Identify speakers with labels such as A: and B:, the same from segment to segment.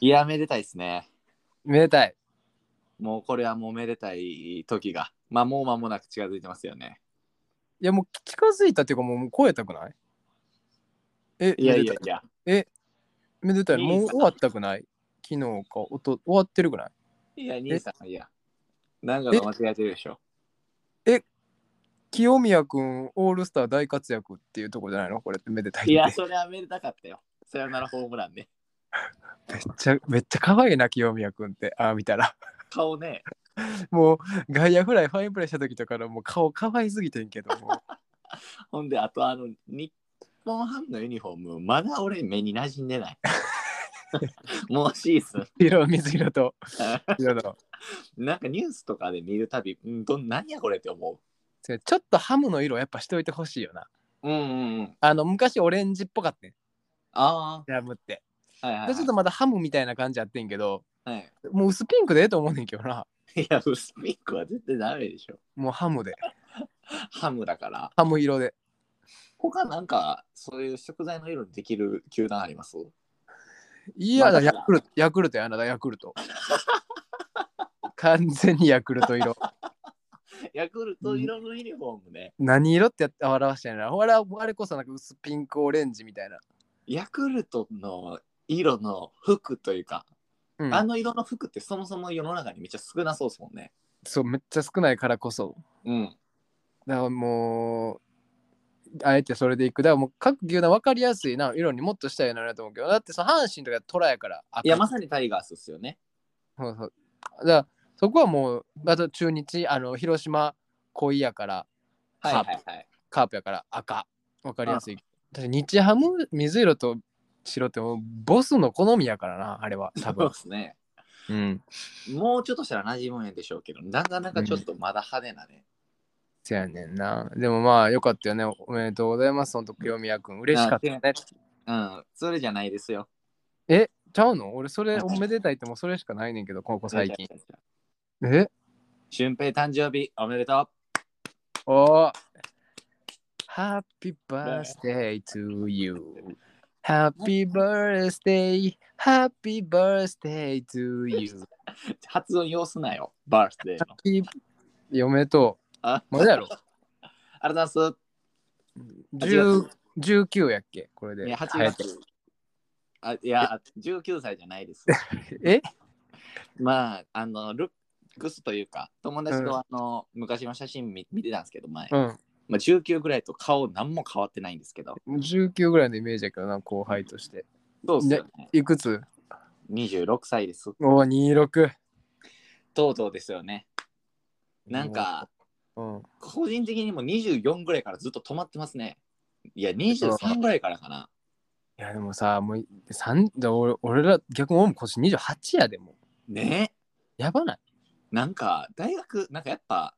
A: いや、めでたいですね。
B: めでたい。
A: もうこれはもうめでたい時が、まあもう間もなく近づいてますよね。
B: いや、もう近づいたっていうか、もうもう超えたくないえ、
A: いやいや
B: めで
A: いや、
B: たい。めでたい。
A: いい
B: もう
A: さ
B: 終わったくない昨日か、おと終わってるくない
A: いや、兄さん、いや、なんかが間違えてるでしょ。
B: 清宮君オールスター大活躍っていうとこじゃないのこれってめでたいって。
A: いや、それはめでたかったよ。さよならホームランね。
B: めっちゃ、めっちゃ可愛いな、清宮君って。ああ、見たら。
A: 顔ね、
B: もう、外野フライ、ファインプレーした時とかの、もう顔可愛すぎてんけども。
A: ほんで、あとあの、日本ハムのユニフォーム、まだ俺目に馴染んでない。 もうシーズン。
B: 色、水色と。色の
A: なんかニュースとかで見るたび、うん、どん何やこれって思
B: それちょっとハムの色やっぱしておいてほしいよな。
A: う。うんうんうん。
B: あの、昔オレンジっぽかったね。
A: あ
B: ジャムって。
A: あ、はいはい、は
B: で
A: い。
B: ちょっとまだハムみたいな感じやってんけど、
A: はい、
B: もう薄ピンクでええと思うねんけどな。
A: いや、薄ピンクは絶対ダメでしょ。
B: もうハ ムで。
A: ハムだから。
B: ハム色で。
A: 他なんか、そういう食材の色にできる球団あります
B: いや
A: ま
B: だ、
A: あだ
B: ヤ
A: から
B: クルト、ヤクルトやな、だヤク ルト。完全にヤクルト色。
A: ヤクルト色のユニフォームね。
B: 何色ってやっ表してんのほら、あれこそなんか薄ピンクオレンジみたいな。
A: ヤクルトの色の服というか、
B: うん、
A: あの色の服ってそもそも世の中にめっちゃ少なそうですもんね。
B: そう、めっちゃ少ないからこそ。
A: うん。
B: だからもう、あえてそれでいく。だからもう各球団分かりやすいな、色にもっとしたいなと思うけど、だってその阪神とかトラやから。赤
A: いや、まさにタイガースですよね。
B: そうそう。だからそこはもう、あと中日、あの広島、恋やから、
A: はいはいはい。
B: カープやから赤。わかりやすい。私、日ハム、水色と白ってもうボスの好みやからな、あれは、多
A: そう
B: 分
A: で。すね。
B: うん。
A: もうちょっとしたら馴染むんやでしょうけど、なかなかちょっとまだ派手なね。
B: せやねんな。でもまあ、よかったよね。おめでとうございます、その時、清宮君。嬉しかったね。
A: うん、それじゃないですよ。
B: え、ちゃうの俺、それ、おめでたいってもうそれしかないねんけど、ここ最近。
A: じゃあ。じゃあ
B: え
A: 俊平誕生日おめでと
B: おハッピーバースデー to you. ハッピーバースデー、ハッピーバースデー to you.
A: う。発音要すなよ、バースデーの。
B: ピー嫁と、
A: あ
B: まだやろ
A: ありがとうございます。
B: 10 19やっけこれで。
A: いや、8
B: 流行って
A: 月。あいや、19歳じゃないです。
B: る え
A: まあ、あの、ルックスというか、友達とあの、昔の写真見見てたんですけど、前。まあ、19ぐらいと顔何も変わってないんですけど。
B: うん。19ぐらいのイメージやけどな、後輩として。
A: そうっすよね。
B: いくつ
A: 26歳です。
B: お26。
A: とうとうですよね。なんか、
B: うん。
A: 個人的にも24ぐらいからずっと止まってますね。いや、23ぐらいからかな。
B: いや、でもさ、もう三で俺俺ら、逆に俺も今年28やでもう。
A: ね
B: やばない。
A: なんか、大学、なんかやっぱ、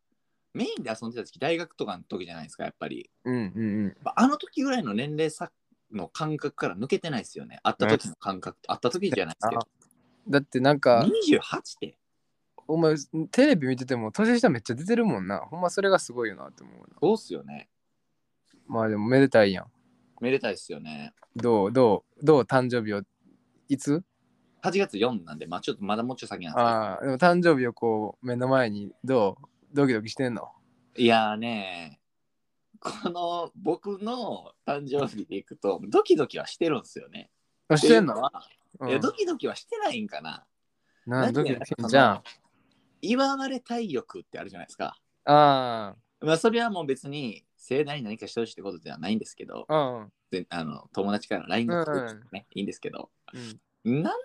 A: メインで遊んでた時、大学とかの時じゃないですか、やっぱり。
B: うんうんうん。
A: まああの時ぐらいの年齢差の感覚から抜けてないですよね。会った時の感覚と、会った時じゃないですけど。
B: だってなんか、
A: 28って。
B: お前テレビ見てても年下めっちゃ出てるもんなほんまそれがすごいよなって思うな
A: そうっすよね。
B: まあでもめでたいやん
A: めでたいっすよね。
B: どうどうどう誕生日をいつ
A: 8月4なんで、まあちょっとまだもうちょい先なんですけど。
B: ああでも誕生日をこう目の前にどうドキドキしてんの
A: いやーねこの僕の誕生日でいくと、ドキドキはしてるんですよね。
B: あしてんの
A: っていうは
B: う
A: いや、
B: ん
A: ドキドキはしてないんかな。
B: なんド
A: 何
B: キ
A: や
B: ドキしてんじゃんあ
A: 祝われたい欲ってあるじゃないですか。
B: あ
A: まあそれはもう別に盛大に何かしてほしいってことではないんですけど、
B: うんうん
A: であの友達からの LINE が来るんですね、いいんですけど、なん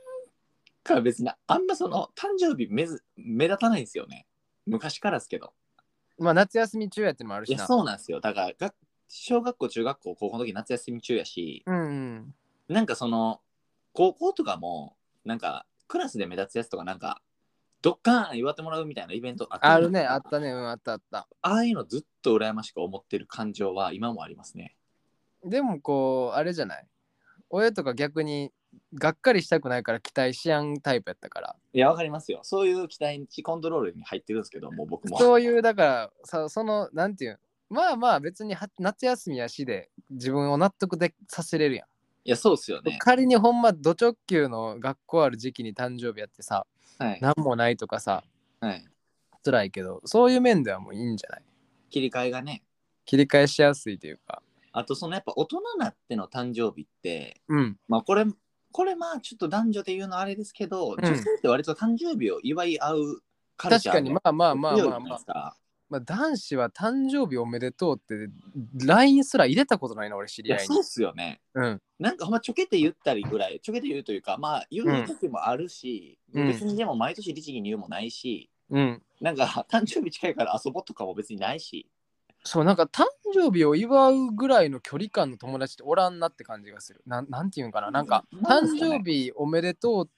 A: か別にあんまその誕生日目ず目立たないんですよね。昔からですけど。
B: まあ夏休み中やってのもある
A: い
B: し
A: や、
B: な
A: そうなんですよ。だからが、小学校、中学校、高校の時夏休み中やし、
B: うんうん
A: なんかその、高校とかも、なんか、クラスで目立つやつとか、なんか、ドッカーン祝ってもらうみたいなイベントあった
B: あるねあったねうんあったあった
A: ああいうのずっと羨ましく思ってる感情は今もありますね。
B: でもこうあれじゃない親とか逆にがっかりしたくないから期待しやんタイプやったから
A: いや、わかりますよ。そういう期待値コントロールに入ってるんですけど、もう僕も。
B: そういうだからさそのなんていうんまあまあ別には夏休みやしで自分を納得でさせれるやん
A: いや、そうっすよね。
B: 仮にほんまド直球の学校ある時期に誕生日やってさ
A: はい。
B: 何もないとかさ
A: はい、
B: 辛いけどそういう面ではもういいんじゃない
A: 切り替えがね。
B: 切り替えしやすいというか
A: あと、そのやっぱ大人になっての誕生日って、
B: うん
A: まあこれ、これまあちょっと男女で言うのあれですけど、
B: ん
A: 女性って割と誕生日を祝い合うカル
B: 確
A: チャ
B: か
A: ー
B: に
A: が
B: まあまあまあ
A: 強いじ
B: ま
A: ゃ
B: あ
A: ない
B: ま
A: で
B: あ
A: す、か。
B: まあ、男子は誕生日おめでとうって LINE すら入れたことないな俺知
A: い
B: り
A: や、
B: 合い
A: そう
B: に
A: っすよね。
B: うん
A: なんかほんまちょけて言ったりぐらい、ちょけて言うというか、まあ言う時もあるし、
B: うん
A: 別にでも毎年律儀に言うもないし、
B: うん
A: なんか誕生日近いから遊ぼうとかも別にないし、
B: そうなんか誕生日を祝うぐらいの距離感の友達っておらんなって感じがするなんなんていうんかななんか
A: なんです
B: 誕
A: かね
B: 生日おめでとう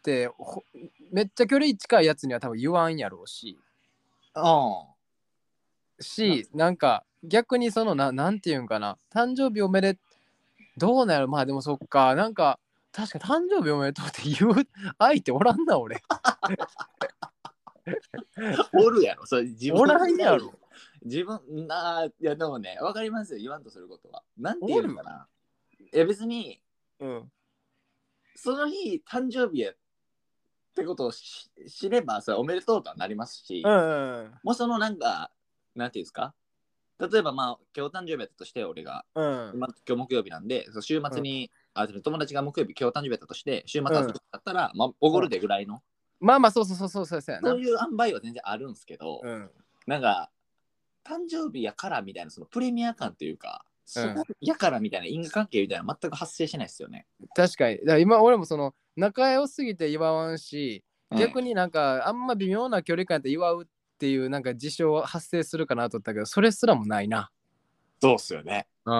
B: ってほめっちゃ距離近いやつには多分言わんやろうし
A: うん。
B: しなんか逆にそのななんていうんかな誕生日おめでどうなるまあでもそっかなんか確かに誕生日おめでとうって言う 相手おらんな俺
A: おるやろ、それ自分
B: おらんやろ。
A: 自分、なあ、いやでもね、わかりますよ、言わんとすることは。なんて言うのかな。いや別に、
B: うん
A: その日、誕生日やってことをし知れば、それおめでとうとはなりますし、
B: うん
A: もうそのなんか、なんていうんですか例えばまあ、今日誕生日やったとして、俺が、
B: うん
A: まあ、今日木曜日なんで、そう週末に、あ、でも友達が木曜日、今日誕生日やったとして、週末遊ぶだったら、まあ、おごるでぐらいの、
B: まあまあそうそうそうそうそうそうやな
A: そういう塩梅は全然あるんですけど、
B: うん
A: なんか、誕生日やからみたいな、そのプレミア感というか、そこやからみたいな因果関係みたいな、全く発生しないですよね。
B: 確かにだから今俺もその仲良すぎて祝わんし逆になんかあんま微妙な距離感で祝うっていうなんか事象発生するかなと思ったけどそれすらもないな
A: そうっすよね。
B: うん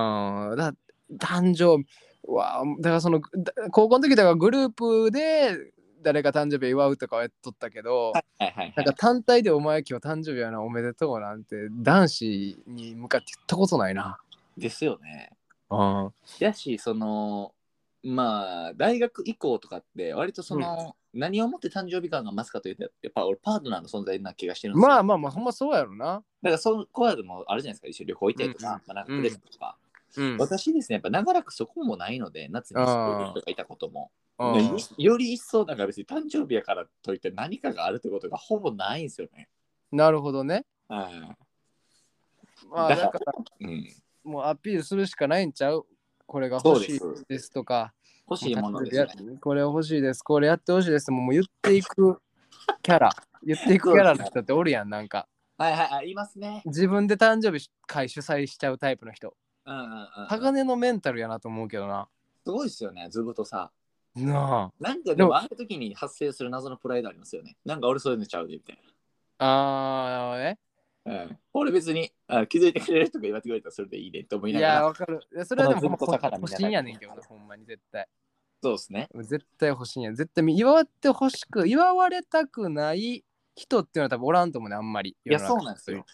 B: だ誕生日うわだからそのだ高校の時だからグループで誰か誕生日祝うとかはやっとったけど、
A: はいはいは
B: ないんか。単体で「お前今日誕生日やなおめでとう」なんて男子に向かって言ったことないな
A: ですよね。
B: うん
A: やし、その、まあ、大学以降とかって、割とその、何をもって誕生日感が増すかというと、やっぱ俺、パートナーの存在な気がしてるんですよ。
B: まあまあまあほんまそうやろな
A: だから、そこはでも、あるじゃないですか、一緒に旅行行ったりとか、
B: うん
A: まあ、なんかプレゼントとか。
B: うん
A: 私ですね、やっぱ長らくそこもないので、夏にそういう人がいたことも。
B: うん
A: ねより一層なんか別に誕生日やからといって何かがあるってことがほぼないんですよね。
B: なるほどね
A: うん。
B: まあ
A: だ
B: だ
A: か
B: からら
A: うん、
B: もうアピールするしかないんちゃうこれが
A: そう
B: 欲
A: で
B: し
A: す
B: いですとか
A: 欲しいものですね。
B: これ欲しいですこれやってほしいですもうもう言っていく キャラ言っていくキャラの人っておるやんなんか
A: はいはいはい、いますね。
B: 自分で誕生日会主催しちゃうタイプの人
A: うんうんうん。
B: 鋼のメンタルやなと思うけどな
A: すごいですよね、ずぶとさ。
B: な
A: なんかで
B: でも
A: もああいう時に発生する謎のプライドありますよね。なんか俺そういうのちゃうでみたい
B: ああーえ
A: な。うん、俺別にあ気づいてくれる人が言われてくれたらそれでいいねって思い
B: い
A: ながら。
B: やわかるいやそれはでもほんま
A: このずっと宝み
B: 欲
A: たいな
B: しいんやねんけどなほんまに絶対
A: そうですね。
B: 絶対欲しいんや絶対祝ってほしく祝われたくない人っていうのは多分おらんと思うねあんまり
A: いや、そうなんですよ。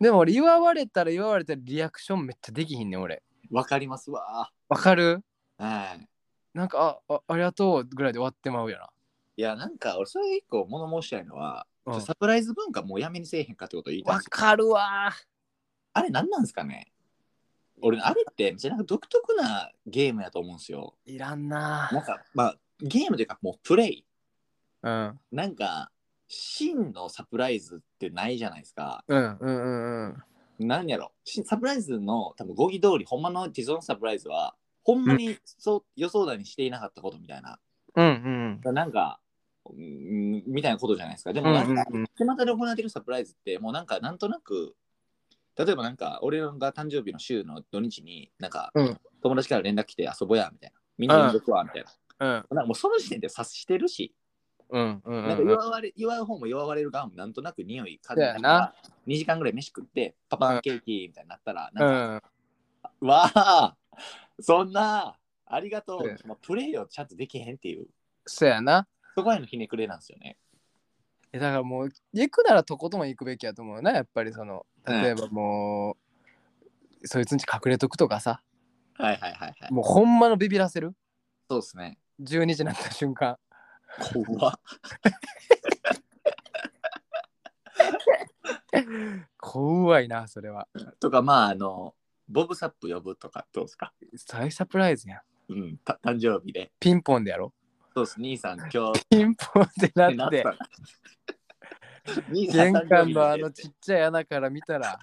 B: でも俺祝われたら祝われたらリアクションめっちゃできひんねん俺
A: わかりますわ。
B: わかる
A: はい。
B: なんかああありがとうぐらいで終わってまうよな。
A: いや、なんか俺それ一個物申したいのは、
B: うん
A: サプライズ文化もうやめにせえへんかってことを言いたいん
B: わ
A: ですよ
B: かるわ
A: あれ何なんですかね俺、あれってめっちゃなんか独特なゲームやと思うんですよ。
B: ー。いらんな
A: なんか、まあ、ゲームというかもうプレイ。
B: ー。
A: なんか、真のサプライズってないじゃないですか。
B: うん。うんうんうんうん。
A: 何やろしサプライズの多分語義通り、ほんまの既存サプライズは、ほんまにそう、予想だにしていなかったことみたいな。
B: うん
A: なんか、うん、みたいなことじゃないですか。で
B: うん。う
A: も
B: ん
A: なんか、
B: うんうん。
A: 巷で行われてるサプライズってもうなんかなんとなく例えばなんか俺らが誕生日の週の土日になんか、
B: うん
A: 友達から連絡来て遊ぼうやみたいなみんな呼んでくわみたいな,、
B: うん
A: なんかもうその時点で察してるし、
B: うんうん
A: なんか
B: うん。
A: 祝われ祝う方も祝われる側もなんとなく匂い感
B: そう
A: じ
B: や
A: な
B: な
A: がら2時間ぐらい飯食ってパパンケーキみたいになったら
B: う
A: なんか、
B: ん、
A: わあそんなありがと
B: そうや
A: う、まあ、プレイをちゃんとできへんっていう
B: そうやな。
A: そこへのひねくれなんですよね。
B: いやだからもう行くならとことん行くべきやと思うなやっぱりその例えばもう、そいつんち隠れとくとかさ
A: はいはいはいはい。
B: もうほんまのビビらせる
A: そうですね。
B: 12時になった瞬間
A: 怖っ
B: 怖いなそれは
A: とかまああのボブサップ呼ぶとかどうですか
B: 大サプライズやん。
A: うん、た誕生日で。
B: ピンポンでやろ。
A: そうです、兄さん、今日っ
B: ピンポンって
A: て
B: な
A: な
B: っ
A: ってた、ら。兄さん
B: 玄関の
A: 誕
B: あ
A: 生日
B: の
A: で
B: ちっちゃい穴から見 たら、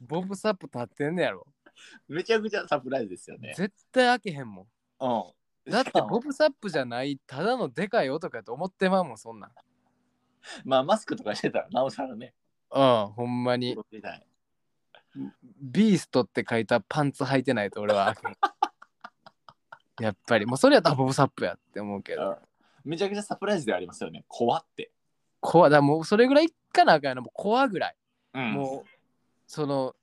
B: ボブサップ立ってんねやろ。
A: めちゃくちゃサプライズですよね。
B: 絶対開けへんも
A: うん
B: ん。だって
A: しかも
B: ボブサップじゃない、ただのでかい男やと思ってまうもん、そんなん。
A: まあマスクとかしてたらなおさらね。
B: うん、ほんまに。
A: 出ない
B: ビーストって書いたパンツ履いてないと俺 は開けへん。やっぱり、もうそれやったらボブサップやって思うけど。
A: めちゃくちゃサプライズではありますよね。怖って。
B: 怖いだからもうそれぐらいいっかなあかんやな、もう怖ぐらい。
A: うん
B: もうその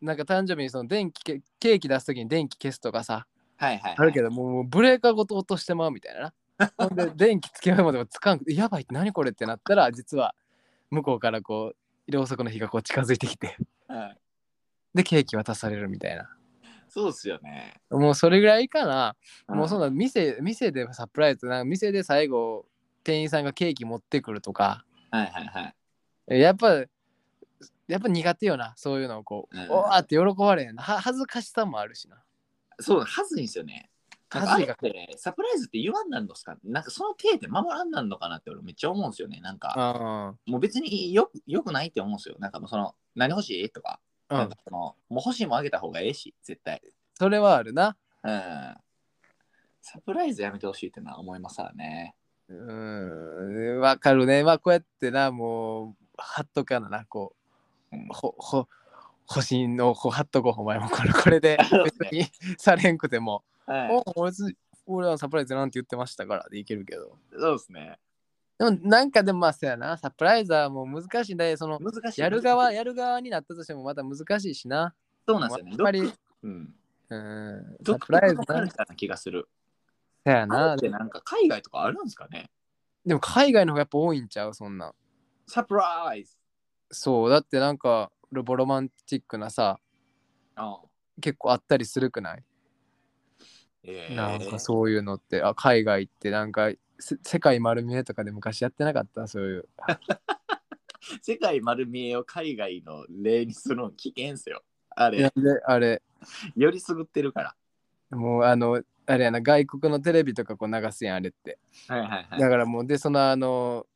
B: なんか誕生日にその電気けケーキ出す時に電気消すとかさ
A: はいはい、はい。
B: あるけどもうもうブレーカーごと落としてまうみたいな なほんで電気つけようまでもつかんくてやばい何これってなったら実は向こうからこうろうそくの火がこう近づいてきて
A: はい
B: でケーキ渡されるみたいな
A: そうですよね。
B: もうそれぐらいかな、もうそん
A: だ。
B: な店店でサプライズなんか店で最後店員さんがケーキ持ってくるとか
A: はいはいはい。
B: やっぱやっぱ苦手よなそういうのをこう、
A: うん
B: おわーって喜ばれへんは恥ずかしさもあるしな
A: そう、はずいんですよね。なんかあ
B: 恥
A: れ
B: ず
A: っ
B: か
A: てサプライズって言わんなんのすかなんかその手で守らんなんのかなって俺めっちゃ思うんですよね。なんか
B: あ
A: もう別によよくないって思うんですよ。なんかもうその何欲しいとか,、
B: あ、う
A: なん
B: ん
A: か、そのもう欲しいもんあげた方がええし絶対。
B: それはあるな。
A: うん。サプライズやめてほしいってのは思いますからね。
B: うーん、わかるね。まあ、こうやってな、もう、はっとかなな、こう
A: うん、
B: ほ、ほ、星の、ほ、はっとこう、お前もこれ、これ で、別にされんくても、
A: はい、
B: お俺つ、俺はサプライズなんて言ってましたから、でいけるけど。
A: そうですね。
B: でも、なんかでも、まあ、そうやな、サプライズはもう難しいんだよ、その、
A: 難しい。
B: やる側、やる側になったとしても、また難しいしな。
A: そうなんですよね。
B: やっぱり
A: 独うん、
B: うん、サ
A: 独
B: プライ
A: 特
B: ズ
A: のカ
B: な
A: ルチャーな気がする。
B: そうや
A: な
B: な。
A: んてなんか海外とかあるんですかね
B: でも、海外の方がやっぱ多いんちゃう、そんなん。
A: サプライズ
B: そうだってなんかロボロマンチックなさ
A: あ
B: 結構あったりするくない、
A: えー、
B: なんかそういうのってあ海外ってなんかせ世界丸見えとかで昔やってなかったそういう
A: 世界丸見えを海外の例にするの危険っすよ。あ
B: いや
A: れ、
B: であれ
A: よりすぐってるから。
B: もうあのあれやな外国のテレビとかこう流すやんあれって
A: はいはいはい。
B: だからもうでそのあの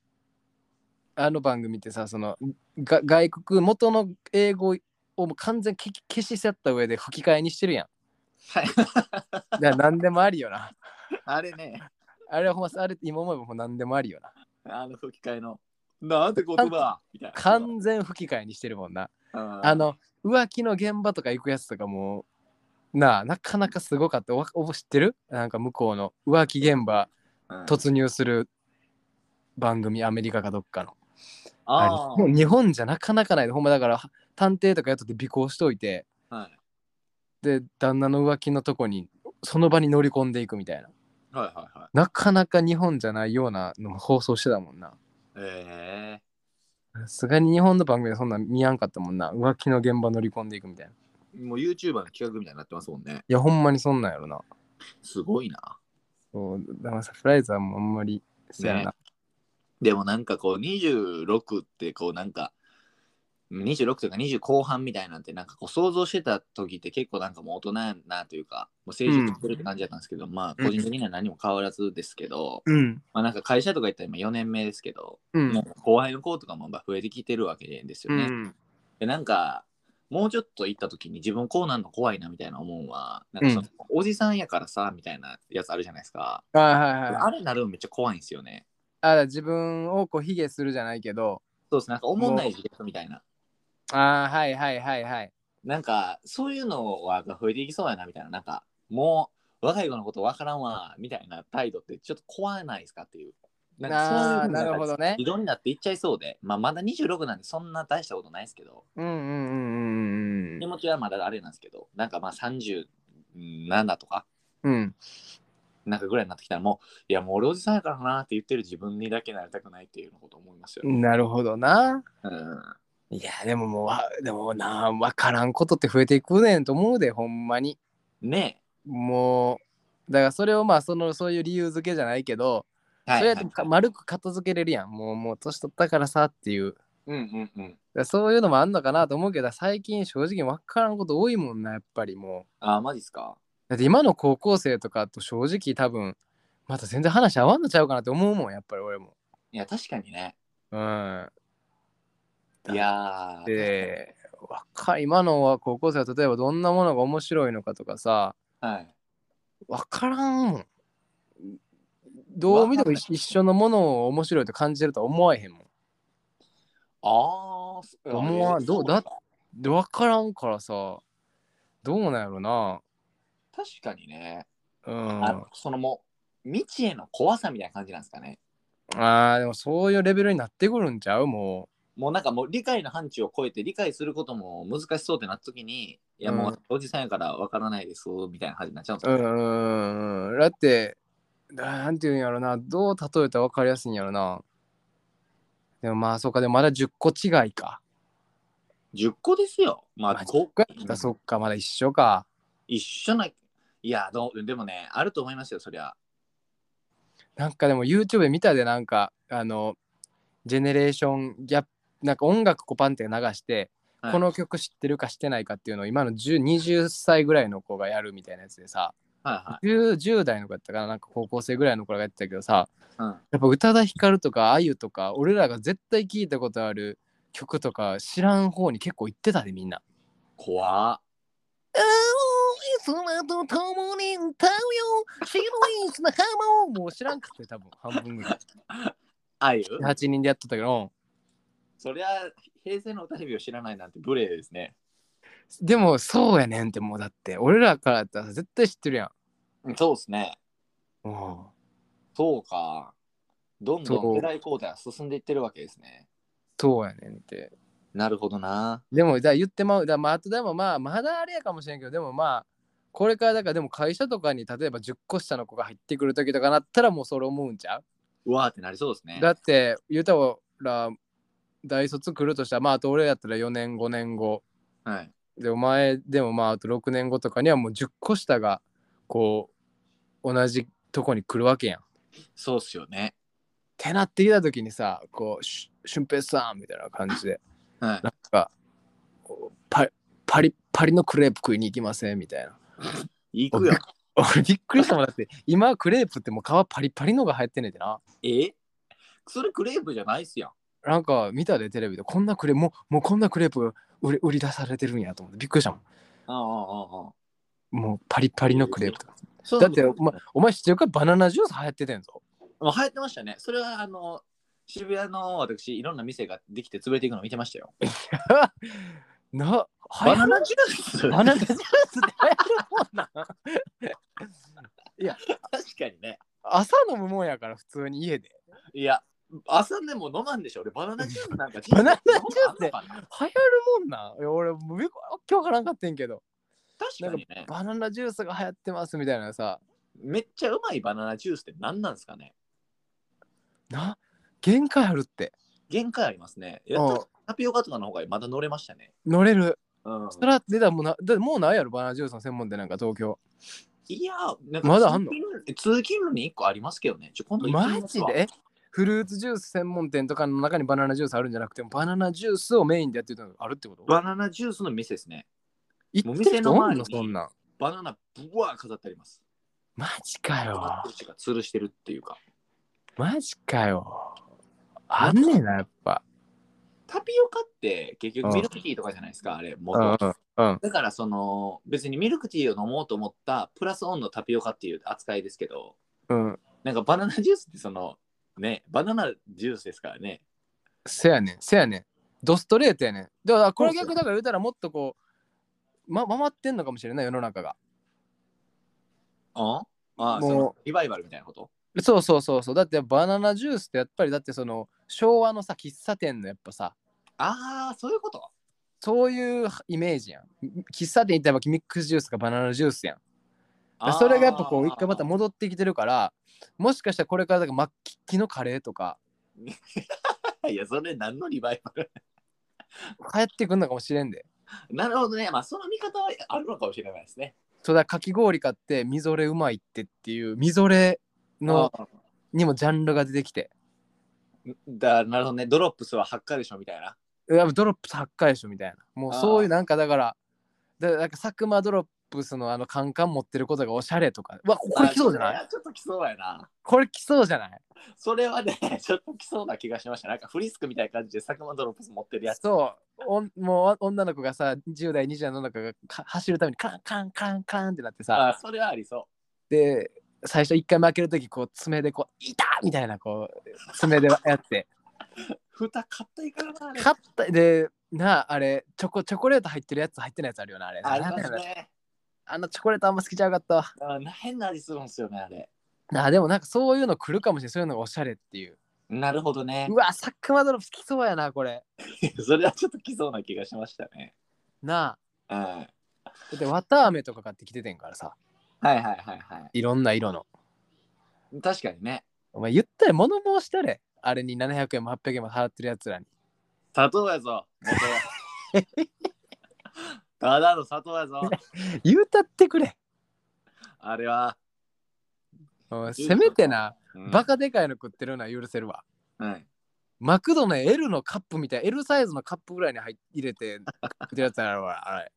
B: あの番組ってさそのが外国元の英語をもう完全消消し去った上で吹き替えにしてるやん
A: はい、
B: だから何でもありよな
A: あれね、
B: あれはほんまあれ今思えばもう何でもありよな
A: あの吹き替えの、なんて言葉みたいな。
B: 完全吹き替えにしてるもんな
A: あ
B: あの浮気の現場とか行くやつとかもなあなかなかすごかったおわお知ってるなんか向こうの浮気現場
A: うん
B: 突入する番組アメリカかどっかの
A: あ
B: れもう日本じゃなかなかないほんまだから探偵とかやっとって尾行しといて
A: あ、はい
B: で旦那の浮気のとこにその場に乗り込んでいくみたいな
A: はいはいはい。
B: なかなか日本じゃないようなのも放送してたもんな
A: え
B: さすがに日本の番組でそんなん見やんかったもんな浮気の現場乗り込んでいくみたいない
A: ー、もう YouTuber の企画みたいになってますもんね。
B: やほんまにそんなんやろな
A: すごいな。
B: そう、だからサプライズはもうあんまり、そうやな。
A: でもなんかこう26ってこうなんか26というか20後半みたいなんてなんかこう想像してた時って結構なんかもう大人やなというかもう成熟してるって感じだったんですけど、まあ個人的には何も変わらずですけど、
B: うん。
A: まあなんか会社とか行ったら今4年目ですけど、
B: うん。
A: もう後輩の子とかもまあ増えてきてるわけですよね。でなんかもうちょっと行った時に自分こうなんの怖いなみたいな思うのはなんかその、おじさんやからさみたいなやつあるじゃないですか、
B: あはいはいは
A: あ
B: い。
A: れなるのめっちゃ怖いんですよね。
B: あら、自分をこう、卑下するじゃないけど、
A: そうですなんか思んない自虐みたいな。
B: ああ、はいはいはいはい。
A: なんかそういうのは増えていきそうやなみたいななんかもう若い子のことわからんわみたいな態度ってちょっと怖ないですかっていう。なんか
B: ああ、
A: そういうのが
B: なるほどね
A: 異。論になっていっちゃいそうで、まあ、まだ26なんでそんな大したことないですけど
B: うんうんうんうん
A: 手持ちはまだあれなんですけどなんかまあ37とか
B: うん。うん。
A: なんかぐらいになってきたらもういやもう俺おじさんやからなって言ってる自分にだけなりたくないっていうこと思いますよ、
B: うん。なるほどな。
A: うん
B: いや、でももうわ、でもな、わからんことって増えていくねんと思うで、ほんまに。
A: ね
B: もう、だからそれをまあ、その、そういう理由付けじゃないけど、
A: え、はい
B: それやってか丸く片付けれるやん。もう、もう、年取ったからさっていう。
A: うんうんうん。
B: だからそういうのもあんのかなと思うけど最近正直分からんこと多いもんなやっぱりもう
A: あー、マジっすか
B: だって今の高校生とかと正直多分また全然話合わんのちゃうかなって思うもんやっぱり俺も
A: いや、確かにね。
B: うん
A: いやー。
B: で若い今のは高校生は例えばどんなものが面白いのかとかさ
A: はい。
B: 分からんもんどう見て
A: わか
B: も
A: んない
B: 一一緒のものを面白いと感じるとは思わへんもん
A: あーそあ、
B: 思わん
A: えー
B: どうだ
A: そか
B: で分からんからさどうなんやろな
A: 確かにね。
B: うん
A: あのそのもう、未知への怖さみたいな感じなんですかね。
B: あーでもそういうレベルになってくるんちゃうも
A: もうなんかもう理解の範疇を超えて理解することも難しそうってなった時に、いやも
B: う
A: うおじさんやからわからないですみたいな感じになっちゃうんです
B: う。
A: か
B: う
A: ね
B: んうんだってあーなんていうんやろなどう例えたら分かりやすいんやろなでもまあそうかでもまだ10個違いか。
A: 10個ですよ。ま
B: まあ
A: あ、こ
B: 10個やったらそっかまだ一緒か。
A: 一緒な。いやどう、でもね、あると思いますよ、そりゃ。
B: なんかでも YouTube で見たでなんかあのジェネレーションギャップなんか音楽こうパンって流して、
A: はい
B: この曲知ってるか知ってないかっていうのを今の10 20歳ぐらいの子がやるみたいなやつでさ
A: はいはい。
B: 10, 10代の子やったかななんか高校生ぐらいの子がやってたけどさ、
A: うん、
B: やっぱ宇多田ヒカルとかあゆとか俺らが絶対聞いたことある曲とか知らん方に結構行ってたでみんな。
A: 怖っ
B: 青い空と共に歌うよ白い砂浜をもう知らんかったよ多分半分ぐらい
A: あゆ
B: 8人でやっとったけど
A: そりゃ、平成の歌ビを知らないなんて無礼ですね。
B: でもそうやねんってもうだって俺らからやったら絶対知ってるや
A: そうですね。
B: んうん
A: そうか。どんど
B: そうん
A: 世代交代は進んでいってるわけですね。
B: そうやねんって
A: なるほどな。
B: でもだ言ってまうだまああとでもまあまだあれやかもしれんけどでもまあこれからだからでも会社とかに例えば10個下の子が入ってくる時とかなったらもうそれ思うんちゃう
A: うわーってなりそうですね。
B: だって言うたら大卒来るとしたらまああと俺やったら4年5年後
A: はい。
B: でお前でもまああと6年後とかにはもう10個下がこう同じとこに来るわけやん。っ
A: そうっすよね。
B: てなってきた時にさこう「し俊平さん」みたいな感じで
A: はい。
B: なんかこうパパリパリのクレープ食いに行きませんみたいな。
A: 行くよ。
B: 俺びっくりしたもんだって今クレープってもう皮パリパリのが入ってんねんてな。
A: えそれクレープじゃないっすやん。
B: なんか見たでテレビでこんなクレープもうもうこんなクレープ売り売り出されてるんやと思ってびっくりしたもん。
A: ああああああ。
B: もうパリパリのクレープとか。
A: そう
B: だってお
A: もう
B: 前、お前知ってるかバナナジュース流行っててんぞ。
A: 流行ってましたね。それはあの、渋谷の私、いろんな店ができて潰れていくの見てましたよ。
B: な、
A: バナ
B: ナ
A: ナジュース
B: バナナジュースって流行るもんな。
A: 確かにね。
B: 朝飲むもんやから普通に家で。
A: いや、朝でも飲まんでしょ。俺、バナナジュースなんか人生
B: バナナジュース
A: 飲
B: で
A: んだことあんのかな
B: 流行るもんな。いや俺、もうよくわけわからんかってんけど。
A: 確かにね。
B: バナナジュースが流行ってますみたいなさ。
A: めっちゃうまいバナナジュースって何なんですかね
B: な、限界あるって。
A: 限界ありますね。やっ
B: うん
A: ぱタピオカとかの方がまだ乗れましたね。
B: 乗れる。
A: うん
B: そ、ら出たらもうな、だもうないやろ、バナナジュースの専門店なんか東京。
A: いやー、なん
B: まだあんの
A: 通勤路通勤路に一個ありますけどね。ちょ今度行ってみ
B: マ
A: ます
B: ジ
A: わ
B: でえフルーツジュース専門店とかの中にバナナジュースあるんじゃなくてもバナナジュースをメインでやってるのがあるってこと
A: バナナジュースの店ですね。
B: 行
A: も
B: っ
A: う
B: てる
A: 店
B: 人
A: の
B: おん
A: 前
B: の
A: に
B: そんなん
A: バナナぶわー飾ってあります。
B: マジかよ
A: こっちが吊るしてるっていうか。
B: マジかよあんねえなやっぱ
A: タピオカって結
B: うん
A: 局ミルクティーとかじゃないですか、あれ。
B: う
A: 元
B: んうんうん
A: だからその別にミルクティーを飲もうと思ったプラスオンのタピオカっていう扱いですけど
B: うん
A: なんかバナナジュースってそのねバナナジュースですからね
B: せやねんせやねんドストレートやねんだからこれ
A: そうっす
B: 逆
A: よ
B: だから言うたらもっとこうま回ってんのかもしれんない世の中が
A: あああ
B: もう
A: そのリバイバルみたいなこと
B: そうそうそうそうだってバナナジュースってやっぱりだってその昭和のさ喫茶店のやっぱさ
A: ああそういうこと
B: そういうイメージやん喫茶店行ったらやっぱミックスジュースかバナナジュースやん
A: あー
B: それがやっぱこう一回また戻ってきてるからもしかしたらこれからだからマッキッキのカレーとか
A: いやそれ何のリバイバル
B: 流行ってくんのかもしれんで
A: なるほどねまあその見方はあるのかもしれないですね
B: そうだかき氷買ってみぞれうまいってっていうみぞれの
A: あー
B: にもジャンルが出てきて
A: だなるほどね、ドロップスは8回でしょみたいな。
B: いやドロップス8回でしょみたいなもうそ
A: あ
B: うい
A: ー
B: うなんかだからだなんか佐久間ドロップスのあのカンカン持ってることがおしゃれとかうわこれ来そうじゃない
A: あちょっと来そうやな。
B: これ来そうじゃない
A: それはね、 ちょっと来そうな気がしました。なんかフリスクみたいな感じで佐久間ドロップス持ってるやつ。
B: そうおんもう女の子がさ10代20代の女の子がか走るためにカンカンカンカンってなってさ
A: あそれはありそ
B: で最初1回負ける時こう爪でこう「痛っ!」みたいなこう爪でやって
A: う。蓋買っていからな、あれ。
B: 勝ったでなああれチョコチョコレート入ってるやつ入ってないやつあるよなあれ
A: あり
B: なんだ
A: ます
B: よな
A: ね。
B: あのチョコレートあんま好きじゃなかったわ
A: あな変な味するんですよね、あれ。
B: なあでもなんかそういうの来るかもしれないそういうのがおしゃれっていう
A: なるほどね
B: う。わサックマドロップ好きそうやなこれ
A: それはちょっと来そうな気がしましたね。
B: なあ
A: うん。はい
B: だって綿飴とか買ってきててんからさ
A: はいはいはい
B: ろんな色の
A: い。確かにね。
B: お前言ったら物申したれあれに700円も800円も払ってるやつらに
A: 砂糖やぞ。元はただの砂糖やぞ。
B: 言うたってくれ
A: あれは。
B: お前せめてな
A: うん
B: バカでかいの食ってるのは許せるわ
A: はい。
B: マクドの L のカップみたい L サイズのカップぐらいに入入れて食ってるやつあるわあれ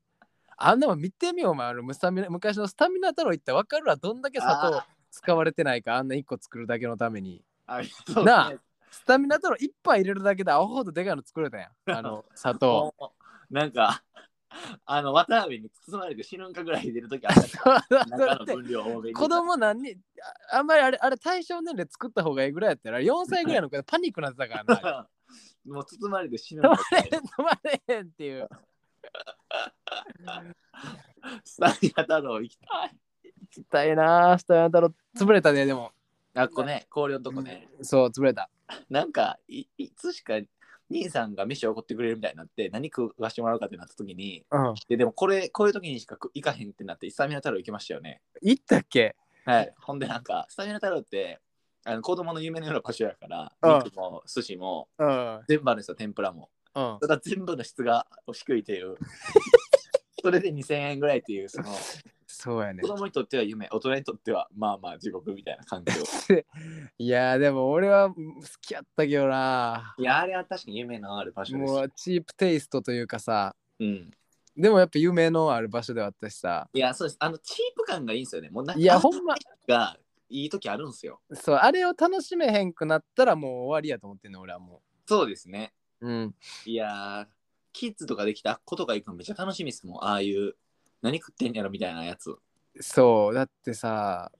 B: あんなもん見てみよお前あのむさみ昔のスタミナ太郎行ったら分かるわどんだけ砂糖
A: あ
B: 使われてないかあんな1個作るだけのために
A: ーありがとう
B: なあスタミナ太郎1杯入れるだけでアホほどでかいの作れたやんあの砂 糖
A: もうなんか、あの、綿飴に包まれて死ぬんかぐらい入れるときあっ たから。中の分量多めに。
B: 子供何人ああんまりあれあれ対象年齢作った方がいいぐらいやったら4歳ぐらいの子でパニックなってたからなあ れ
A: もう包まれて死ぬん
B: 止ま
A: か
B: れ へん止まれへんって いう
A: スタミナ太郎行きたい。
B: 行きたいなあスタミナ太郎潰れたででも
A: あ、ここね、氷のとこね。
B: そう潰れた
A: なんかい、いつしか兄さんが飯をおごってくれるみたいになって、何食わしてもらうかってなったときに、
B: うん
A: ででもこれ、こういう時にしか食行かへんってなって、スタミナ太郎行きましたよね。
B: 行ったっけ
A: はい。ほんで、なんか、スタミナ太郎って、あの子供の夢のような場所やから、
B: うん
A: 肉も寿司も
B: うんうん
A: 全部あるんですよ、天ぷらも。ただ全部の質が低いと いう。それで2000円ぐらいっていう、その
B: そうやね
A: 子供にとっては夢、大人にとってはまあまあ地獄みたいな環境。
B: いやでも俺はうん好きやったけどない
A: や、あれは確かに夢のある場所です。
B: もうチープテイストというかさ
A: うん、
B: でもやっぱ夢のある場所ではあったしさ
A: いや、そうです。あの、チープ感がいいんですよね。もうなんか
B: いやほんま
A: がいい時あるんですよ。
B: そうあれを楽しめへんくなったらもう終わりやと思ってんの俺はも
A: そうですね。
B: ううん
A: いやー、キッズとかできた子とか行くのめっちゃ楽しみですもん。ああいう、何食ってんやろみたいなやつ。
B: そうだってさ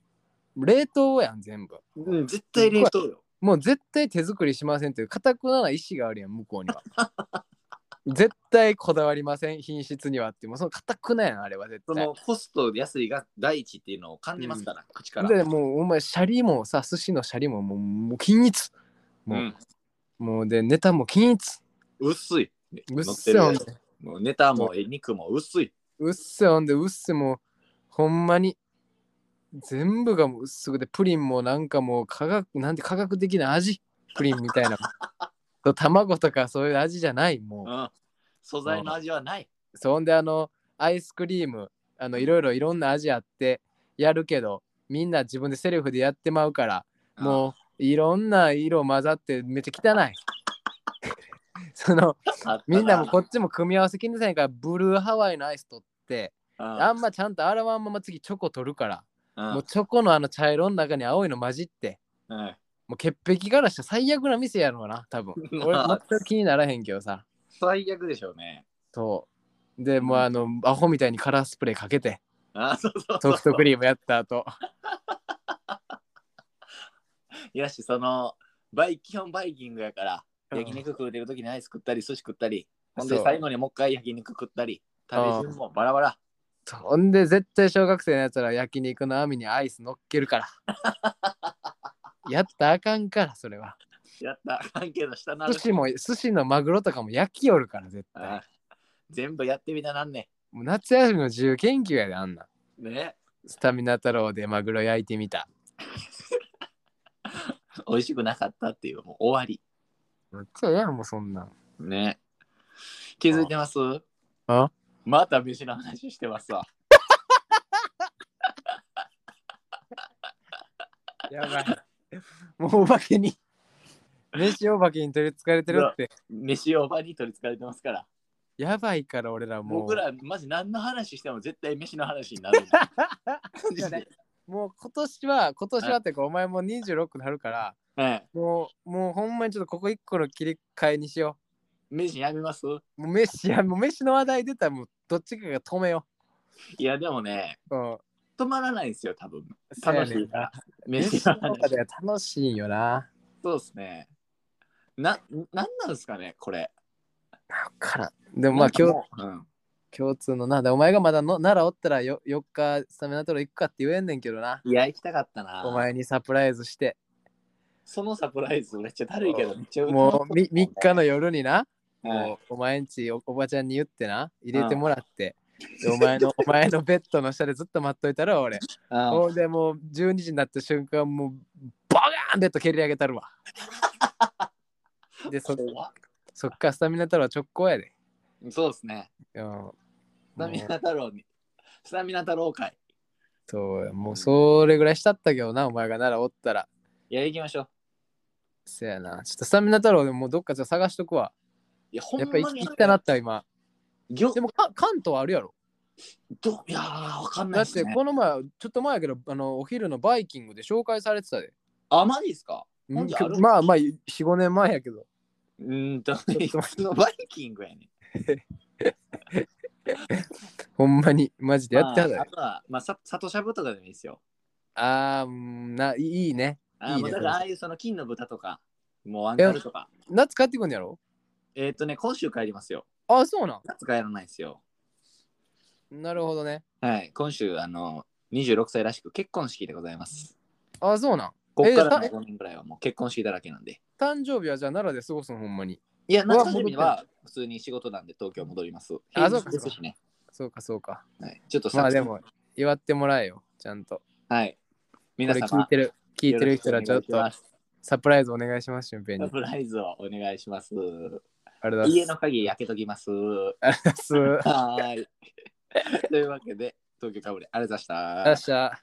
B: 冷凍やん全部
A: うん、絶対冷凍よ。
B: もう絶対手作りしませんという固くなな意志があるやん向こうには 絶対こだわりません品質にはってもうその固くないやんあれは絶
A: そ
B: 対
A: のコスト安いが第一っていうのを感じますから、口から。
B: でもうお前シャリもさ寿司のシャリももうもう均一
A: う
B: もう,、
A: ん、
B: もうでネタも均一
A: 薄い。
B: うっ
A: 乗
B: せ
A: てる
B: え
A: や
B: ほん
A: つ
B: で
A: もうネタもえ肉も薄い。
B: うっせえほんでうっせえもうほんまに全部がもう薄くでプリンもなんかもう科学なんて科学的な味プリンみたい なと卵とかそういう味じゃないも
A: う
B: う
A: ん。素材の味はない。
B: そんであのアイスクリームあのいろいろいろんな味あってやるけどみんな自分でセルフでやってまうからもういろんな色混ざってめっちゃ汚い その
A: うん、
B: みんなもこっちも組み合わせ気にせんからブルーハワイのアイス取ってあ
A: あ
B: んまちゃんと洗わんまま次チョコ取るから
A: うん、
B: もうチョコのあの茶色の中に青いの混じって
A: うんはい
B: もう潔癖からしたら最悪な店やろうな 多分俺全く気にならへんけどさ
A: 最悪でしょうね。
B: そうでもうあのアホみたいにカラースプレーかけて
A: あそうそうそう
B: ソフトクリームやった後。
A: いやし、その、バイ基本バイキングやから、
B: うん
A: 焼肉食うてる時にアイス食ったり、寿司食ったり、ほんで
B: そう
A: 最後にもう一回焼肉食ったり、食べ順もバラバラ。
B: ほんで絶対小学生のやつら焼肉の網にアイス乗っけるから。 やったらあかんからそれは。
A: やった、関係の下なる
B: 寿。司も寿司のマグロとかも焼きよるから絶
A: あ
B: 対。
A: 全部やってみたなんね
B: もう夏休みの自由研究やであんなん。
A: ん。ね。
B: スタミナ太郎でマグロ焼いてみた。
A: 美味しくなかったっていう、もう終わり。
B: めっちゃええやんもうそんなん。
A: ね。気づいてます
B: あ
A: また飯の話してますわ。
B: やばい。もうお化けに飯お化けに取りつかれてるって。
A: 飯をおばに取りつかれてますから。
B: やばいから俺らもう。
A: 僕ら、マジ何の話しても絶対飯の話にな るんで。マジで
B: もう今年は、今年はってか、お前もう26になるから、
A: はい。
B: もう、もうほんまにちょっとここ一個の切り替えにしよ
A: 飯やめます
B: う。もう飯や、もう飯の話題出たらもうどっちかが止めよ
A: いや、でもね、
B: う。うん。
A: 止まらないんですよ、多分。
B: そうや
A: 楽し
B: ねん
A: いから。飯
B: 飯
A: の
B: の話
A: 話。
B: 題は楽しいよな。
A: そうですね。な、なんなんですかね、これ。
B: だからん。でもま
A: な
B: あ
A: んか
B: 共
A: もううん。
B: 共通のな。でお前がまだの奈良おったらよ4日スタミナトロ行くかって言えんねんけどな。
A: いや、行きたかったな。
B: お前にサプライズして。
A: そのサプライズめっちゃだるいけど、めっちゃ
B: もうみ3日の夜にな。
A: はい
B: もうお前んちおおばちゃんに言ってな。入れてもらって。でお前の お前のベッドの下でずっと待っといたら俺。
A: あ
B: ほんでもう12時になった瞬間もうバガーンベッド蹴り上げたるわ。でそ
A: 怖
B: そっからスタミナ太郎直行やで。
A: そうですね。
B: うん。
A: スタミナ太郎に。スタミナ太郎会。
B: そうやもうそれぐらいしたったけどな、お前がならおったら。
A: いや、行きましょう。
B: せやな。ちょっとスタミナ太郎でももうどっかちょっと探しとくわ。
A: いや、ほん
B: や
A: ま
B: っぱ
A: に
B: 行。行ったなった今。
A: ぎょ
B: でもか関東あるやろ。
A: どいやー、わかんない
B: だ
A: っ
B: っ
A: す
B: て
A: ね。
B: この前、ちょっと前やけど、あのお昼のバイキングで紹介されてたで。
A: あ、マジですか
B: うん
A: ほんじゃある
B: まあまあ、4、5年前やけど。
A: うーんと、
B: っと待って
A: い つのバイキングやねん。
B: ほんまに、マジでやってたで。
A: まあ、あとは、まあ、さ里しゃぶとかでもいいですよ。
B: あー、うんないいいね。
A: あー
B: いい
A: も
B: ね
A: うだからああいうその金の豚とか、もうアンカルとか。
B: 夏帰ってくんやろ
A: えーっとね、今週帰りますよ。
B: あ、そうなん。
A: 夏帰らないですよ。
B: なるほどね。
A: はい、今週、あの、26歳らしく結婚式でございます。
B: あ、そうなん。
A: こっから
B: え
A: の
B: ー
A: 5年ぐらいはもう結婚式だらけなんで。
B: 誕生日はじゃあ奈良で過ごすのほんまに。
A: いや、
B: うわ
A: 夏休みは普通に仕事なんで東京戻ります。
B: あそうか
A: 平日ですしね。
B: そうかそうか。
A: はい、ちょっとさ、
B: まあでも、祝ってもらえよ、ちゃんと。
A: はい。皆
B: これ聞い
A: 様、
B: てる、聞いてる人らちょっ
A: よろ
B: と
A: しく
B: サプライズお願いします、俊平
A: お
B: に
A: 願いしますサ。プライズをお願いします。
B: ありがとうござ
A: 家
B: いま
A: の鍵開けとき ます。
B: す。よ
A: はーい。 というわけで、東京かぶれ、ありがとうございました。
B: っしゃ。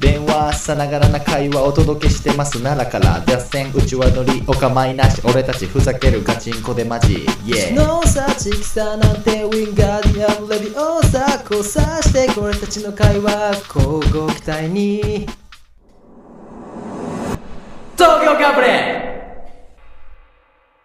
C: 電話さながらな会話をお届けしてます奈良から脱線うちわ乗りお構いなし俺たちふざけるガチンコでマジイエー
D: ノーサーチキサーなんてウィンガーディアンレディオーサー交差してこれたちの会話交互期待に東京カブレ